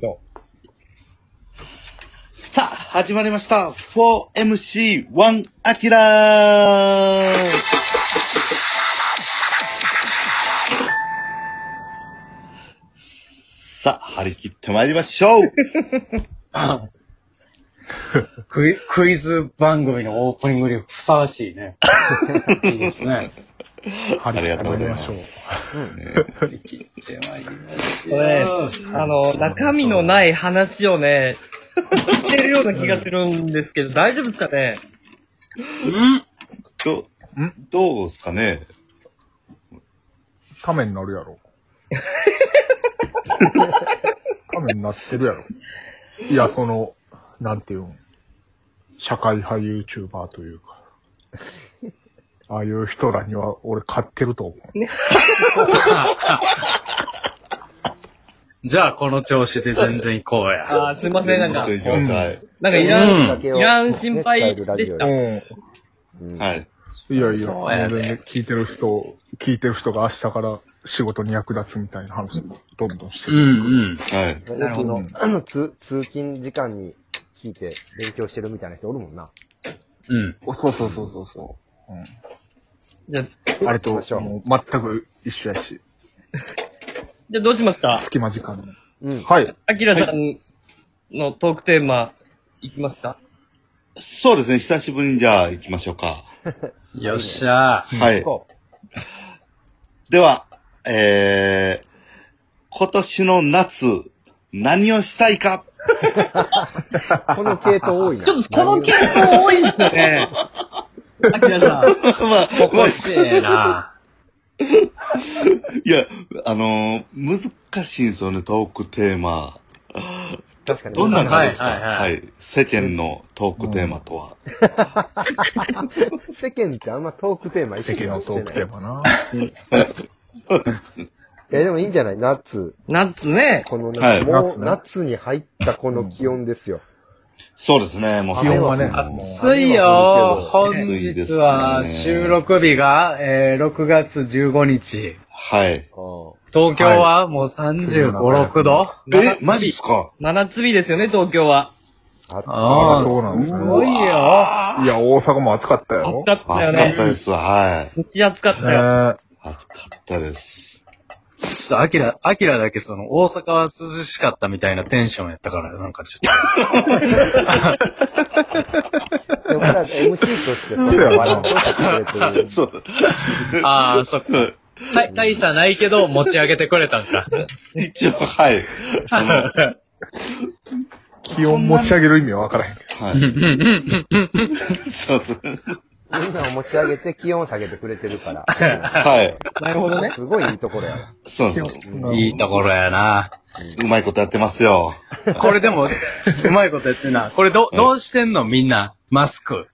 と。さあ、始まりました。4MC1 アキラーさあ、張り切ってまいりましょうクイクイズ番組のオープニングにふさわしい ね。いいですね。あありがとうございますしょう。張り切ってまいりましこれ、あの、中身のない話をね、してるような気がするんですけど、大丈夫ですかねど、どうですかね亀になるやろ。亀になってるやろ。いや、その、なんていうん。社会派 YouTuber というか。ああいう人らには俺勝ってると思う。じゃあ、この調子で全然行こうや。あーすいません、なんかど、うぞ行きましょうはい。なんかいらん、いらん心配でした。うはい。ん。いやいや、そうやね全然聞いてる人、聞いてる人が明日から仕事に役立つみたいな話をどんどんしてうんる。うん。はい。よくほどの、あの通通勤時間に聞いて勉強してるみたいな人おるもんな。うん。そうそうそうそうそう。うんじゃあ、じあれと、もう全く一緒やし、ゃあどうしますか隙間時間の。うん。はい。アキラさんのトークテーマ、いきますかそうですね、久しぶりにじゃあ行きましょうか。よっしゃー。はい。こでは、えー、今年の夏、何をしたいかうこの系統多いな。ちょっとこの傾向多いんですよね。アキラさん。まあ、心地ええな。いや、あのー難しいんですよね、トークテーマ。確かに。どんな感じですか、ははいいはいはい世間のトークテーマとは。世間ってあんまトークテーマ意世識間のトークテーマ。マな。いや、でもいいんじゃない夏。 なんつね、この、はい夏もうね夏に入ったこの気温ですよ。そうですね、もう気温はね、もう水曜、本日は収録日が、えー、6月15日。はい。東京はもう35、6度え、マジっすか真夏日ですよね、東京は。ああああ、そうなんですすねごいよ。いや、大阪も暑かったよ暑。かったよ暑かっねた。ですわ、はむっちゃ暑かったねよ。い。暑かったです。ちょっと、アキラ、アキラだけその、大阪は涼しかったみたいなテンションやったから、なんかちょっでも俺ら MC としそてさ、うやな笑ってくれてる。そう。と。ああ、そっか。大、大差ないけど、持ち上げてくれたんか。一応、はい。気温持ち上げる意味は分からへんけはい。そうそう。みんなを持ち上げて気温を下げてくれてるから。 はい。なるほどね。すごいいいところやわ。そうそう。ど。 いいところやな。うまいことやってますよ。これでも、うまいことやってんな。これど、どうしてんのみんな、マスク。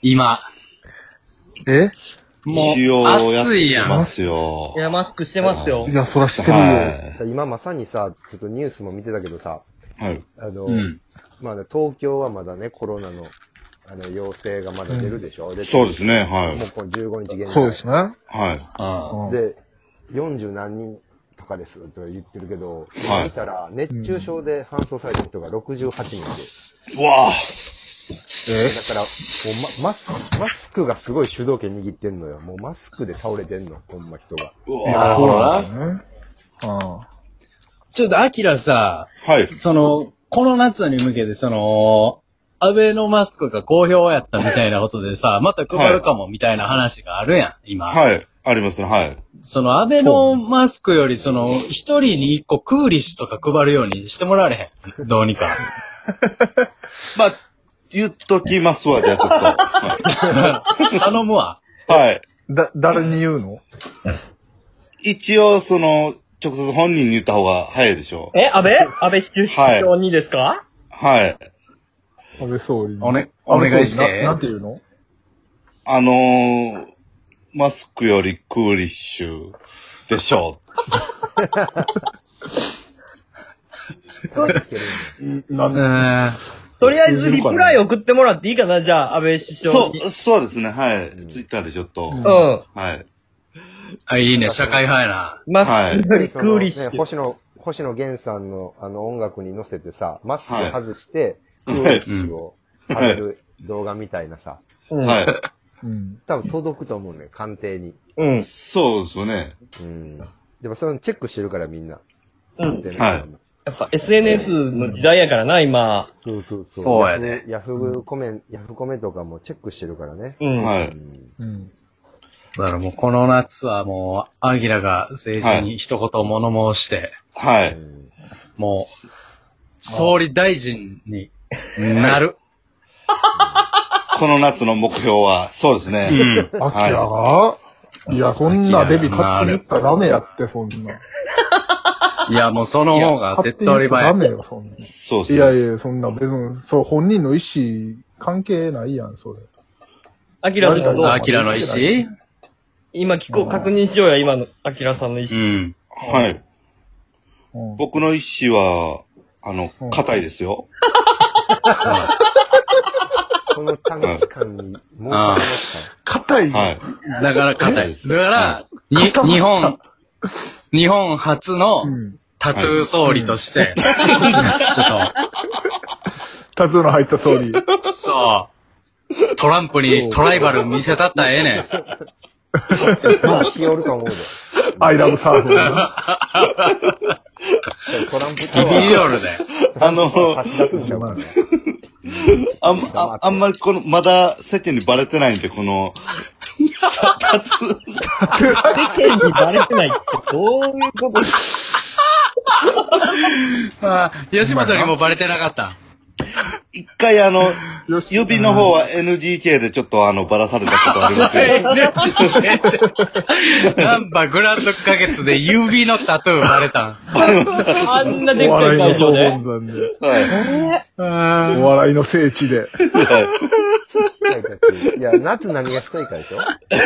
今。えも一応う、暑いややってまん。すよい。や、マスクしてますよい。や、そらしてるよ。は今まさにさ、ちょっとニュースも見てたけどさ、い。はい。あの、うん。まあね、東京はまだね、コロナの、あの、陽性がまだ出るでしょ、でそうですね、はもうい。この15日現在。そうですね。はい。うん。うんで、40何人とかですと言ってるけど、はい見たら、熱中症で搬送された人が68人で、うわあえだから、もうま、マスク、マスクがすごい主導権握ってんのよ。もうマスクで倒れてんの、ほんま人が。ういわや、あそうなんですよね。ちょっと、アキラさ、はい。その、この夏に向けて、その、安倍のマスクが好評やったみたいなことでさ、また配るかもみたいな話があるやん、今。はい。ありますね、はい。その安倍のマスクより、その、一人に一個クーリッシュとか配るようにしてもらわれへん。どうにか。 まあ、言っときますわ、じゃあちょっと。は頼むわ。いはい。うん。だ、誰に言うの一応、その、直接本人に言った方が早いでしょう。え、安倍安倍首相にですか、はい。安倍総理に。おね、お願いしてな。なんて言うのあのー、マスクよりクーリッシュでしょうーん。とりあえずリプライ送ってもらっていいかなじゃあ、安倍首う。相そに。う、そうですね、はい。ツイッターでちょっと。んうはい。あ、いいね、社会派やな。ん。マスクよりクーリッシねュ。星野星野源さんのあの音楽に乗せてさ、マスクを外して、空気を食べる動画みたいなさ、うん。はい。うん。多分届くと思うねん、鑑定に。うん。そうですよね。うん。でもそのチェックしてるからみんな。うん。でねはいやっぱ SNS の時代やからな、今。そうそうそう。そうやね。ヤフーコメン、ヤフコメとかもチェックしてるからね。うん。はうい。んうん。だからもうこの夏はもう、アギラが政治に一言物申して、はうい。んもう、総理大臣 になる。この夏の目標は、そうですね。うん。アキラが、い、や、そんなデビ勝手に言ったらダメやって、そんな。いや、もうその方が手勝っ手に言取っりたらダ早い。メよ、そんな。そうですいね。やいや、そんな別に、そう、本人の意思関係ないやん、それ。アキラやさんいやアの、キラの意思今聞こう、確認しようや、今のアキラさんの意う思。ん。はい。うん。僕の意思は、あのうん、硬いですよ。この短期間に儲かりますから。硬い。はい。だから硬い。だから、に、硬い日本、日本初のうん。タトゥー総理として、ちタトゥーの入った通り。ょっと、そう、トランプにトライバル見せたったらええねん。まあ、日和ると思うで。アイラブサーフトランプタギワリギリーオルで。あの、を貸し出すんちゃうかな。あん、ああんまりこの、まだ世間にバレてないんで、この、世間にバレてないって、どういうことああ、吉本にもバレてなかった。一回あの、よし指の方は NGK でちょっとあの、ばらされたことありますけど。ナンバグランド花月で指のタトゥーバレたん。あん なでっおか笑いいの会場で。総本山で。はい。お笑いの聖地で。いや、夏何がしたいかでしょそうで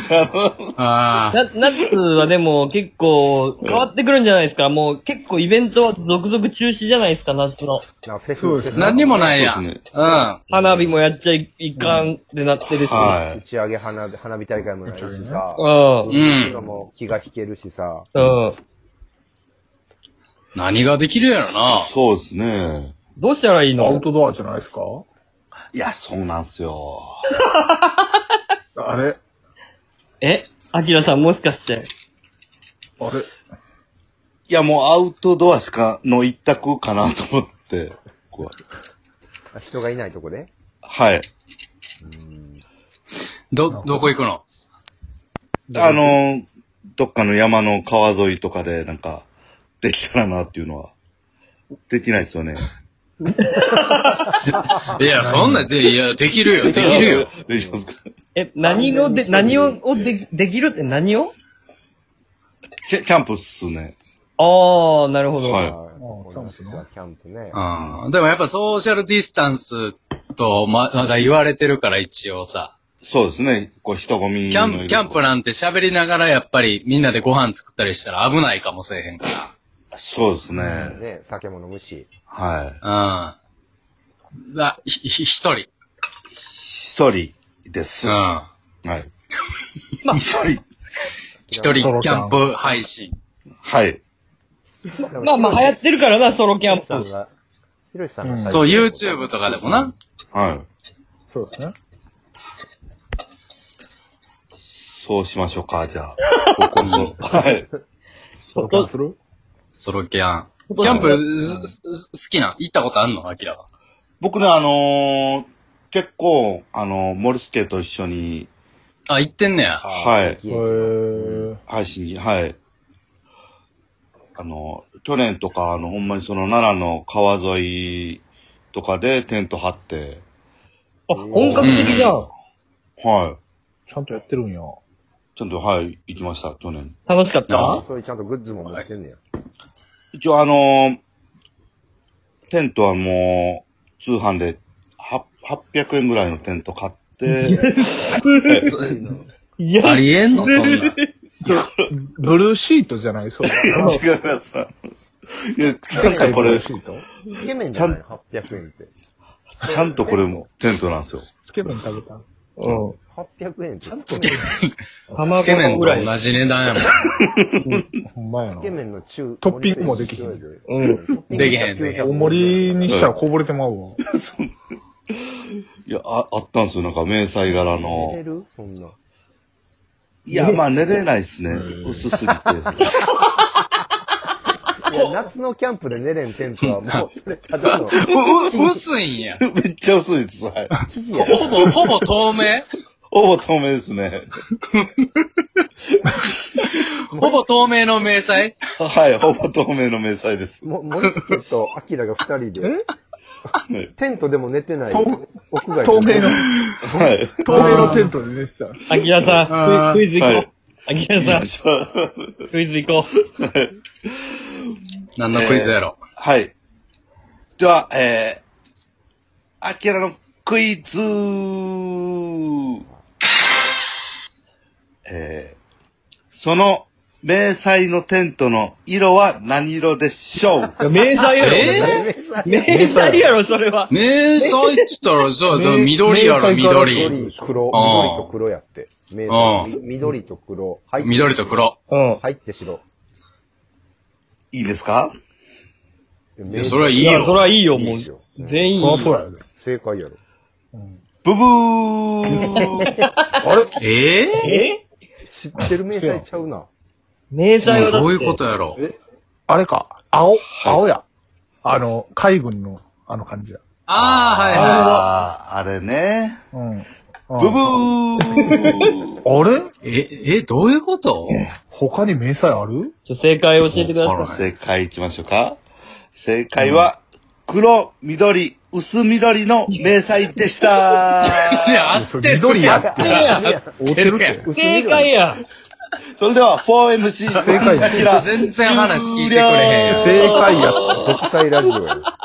す。あの、ああ。な、ナッツはでも結構変わってくるんじゃないですか。もう結構イベントは続々中止じゃないですか、夏の。なフェスそうです何にもないやそん。ううですねん。花火もやっちゃいいかんってなってるし。は打い。ち上げ花火花火大会もないしさ。うん。うん。も気が引けるしさ。うん。何ができるやろな。そうですね。どうしたらいいアウのトドアじゃないですかいや、そうなんすよ。あれえアキラさんもしかして。あれいや、もうアウトドアしか、の一択かなと思って。こう人がいないとこで。はい。ど、どこ行くのあの、どっかの山の川沿いとかで、なんか、できたらなっていうのは、できないですよね。いや、そんな、で、いや、できるよ、できるよ。。できますかえ、何をで、何ををでできるって何をキャキャンプっすね。ああ、なるほど。はいキャンプね。うん。でもやっぱソーシャルディスタンスとま、まだ言われてるから一応さ。そうですね。こう人混みのいるキャンプ、キャンプなんて喋りながらやっぱりみんなでご飯作ったりしたら危ないかもしれへんかそうですね。ね、酒も飲むし。はい。ら。うん。だ、ひ、ひ、一人。一人です。うはい。ん。まあ一人。一人キャンプ配信。はい。まあまあ流行ってるからな、ソロキャンプ。ヒロシさんが、ヒロシさんが最初そう、YouTube とかでもな。はい。そうですね。そうしましょうか、じゃあ。僕こ そ。はい。そうかするソロキャン。キャンプ、すすす好きなん行ったことあんのアキラは。僕ね、あのー、結構、あのー、モルスケと一緒に、あ、行ってんねや。はいはいへうんー。配信に、はい。あのー、去年とか、あの、ほんまにその奈良の川沿いとかでテント張って、あ、本格的じゃん。はちゃんとやってるんや。い。ちゃんと、はい、行きました、去年。楽しかったそういうちゃんとグッズも持ってんねや。一応あのーテントはもう、通販では800円ぐらいのテント買って、いやあ、りえん のそんなん。ブルーシートじゃないそうだな。違います。いや、ちゃんとこれ、ちイケメンじゃないの ?800 円って。ゃんとこれもテントなんですよ。つけ麺食べた。うん。 800円って。卵つけ麺とぐらい。同じ値段やもん。ほんまやつなけ。麺の中。トッピングもできひんうん。できへんできへんお盛りにしたらこぼれてまうわ。いや、ああったんすよ、なんか迷彩柄寝れの。るそんな。いや、まあ寝れないっすね。薄すぎて。 いや夏のキャンプで寝れんテントは、もう、それただの生う、う、薄いんや。めっちゃ薄いです。はい。地ほや。ぼ、ほぼ透明ほぼ透明ですね。ほぼ透明の迷彩はい、ほぼ透明の迷彩です。も、もっと、アキラが二人で。テントでも寝てない。透屋外で透明の、はい。 透明のテントで寝てた。アキラさあん、ークイクイズ行はいこ。うアキラさじゃあん、クイズ行こ何のクイズやろ。はい。では、えー、アキラのクイズえー、その迷彩のテントの色は何色でしょうう。迷彩やろ。え迷彩やろ、それは。迷彩って言ったら、じゃあ、でも緑やろ、迷彩から緑。緑、黒、あー緑と黒やって。明あ細み緑と黒。入って緑と黒。うん。入って白。いいですかいや、それはいいいや、そよ。れはいいよ、いもいうっすよ。全員。そらそうやで。正解やろ。ブブーえええ知ってる明細ちゃうな。迷彩はだってどういうことやろ。あれか、青、青や。あの、海軍の、あの感じや。ああー、あれね。うん。ブブあーれーはいはい。え、え、どういうこと他に迷彩あるちょ正解教えてください。正解いきましょうか。正解は、黒、緑、薄緑の迷彩でした。いや、合ってる。緑やって。合ってるやん。正解や。 それでは、4MC、正解ですアキラ全然話聞いてくれへんやん正解や。国際ラジオやろ。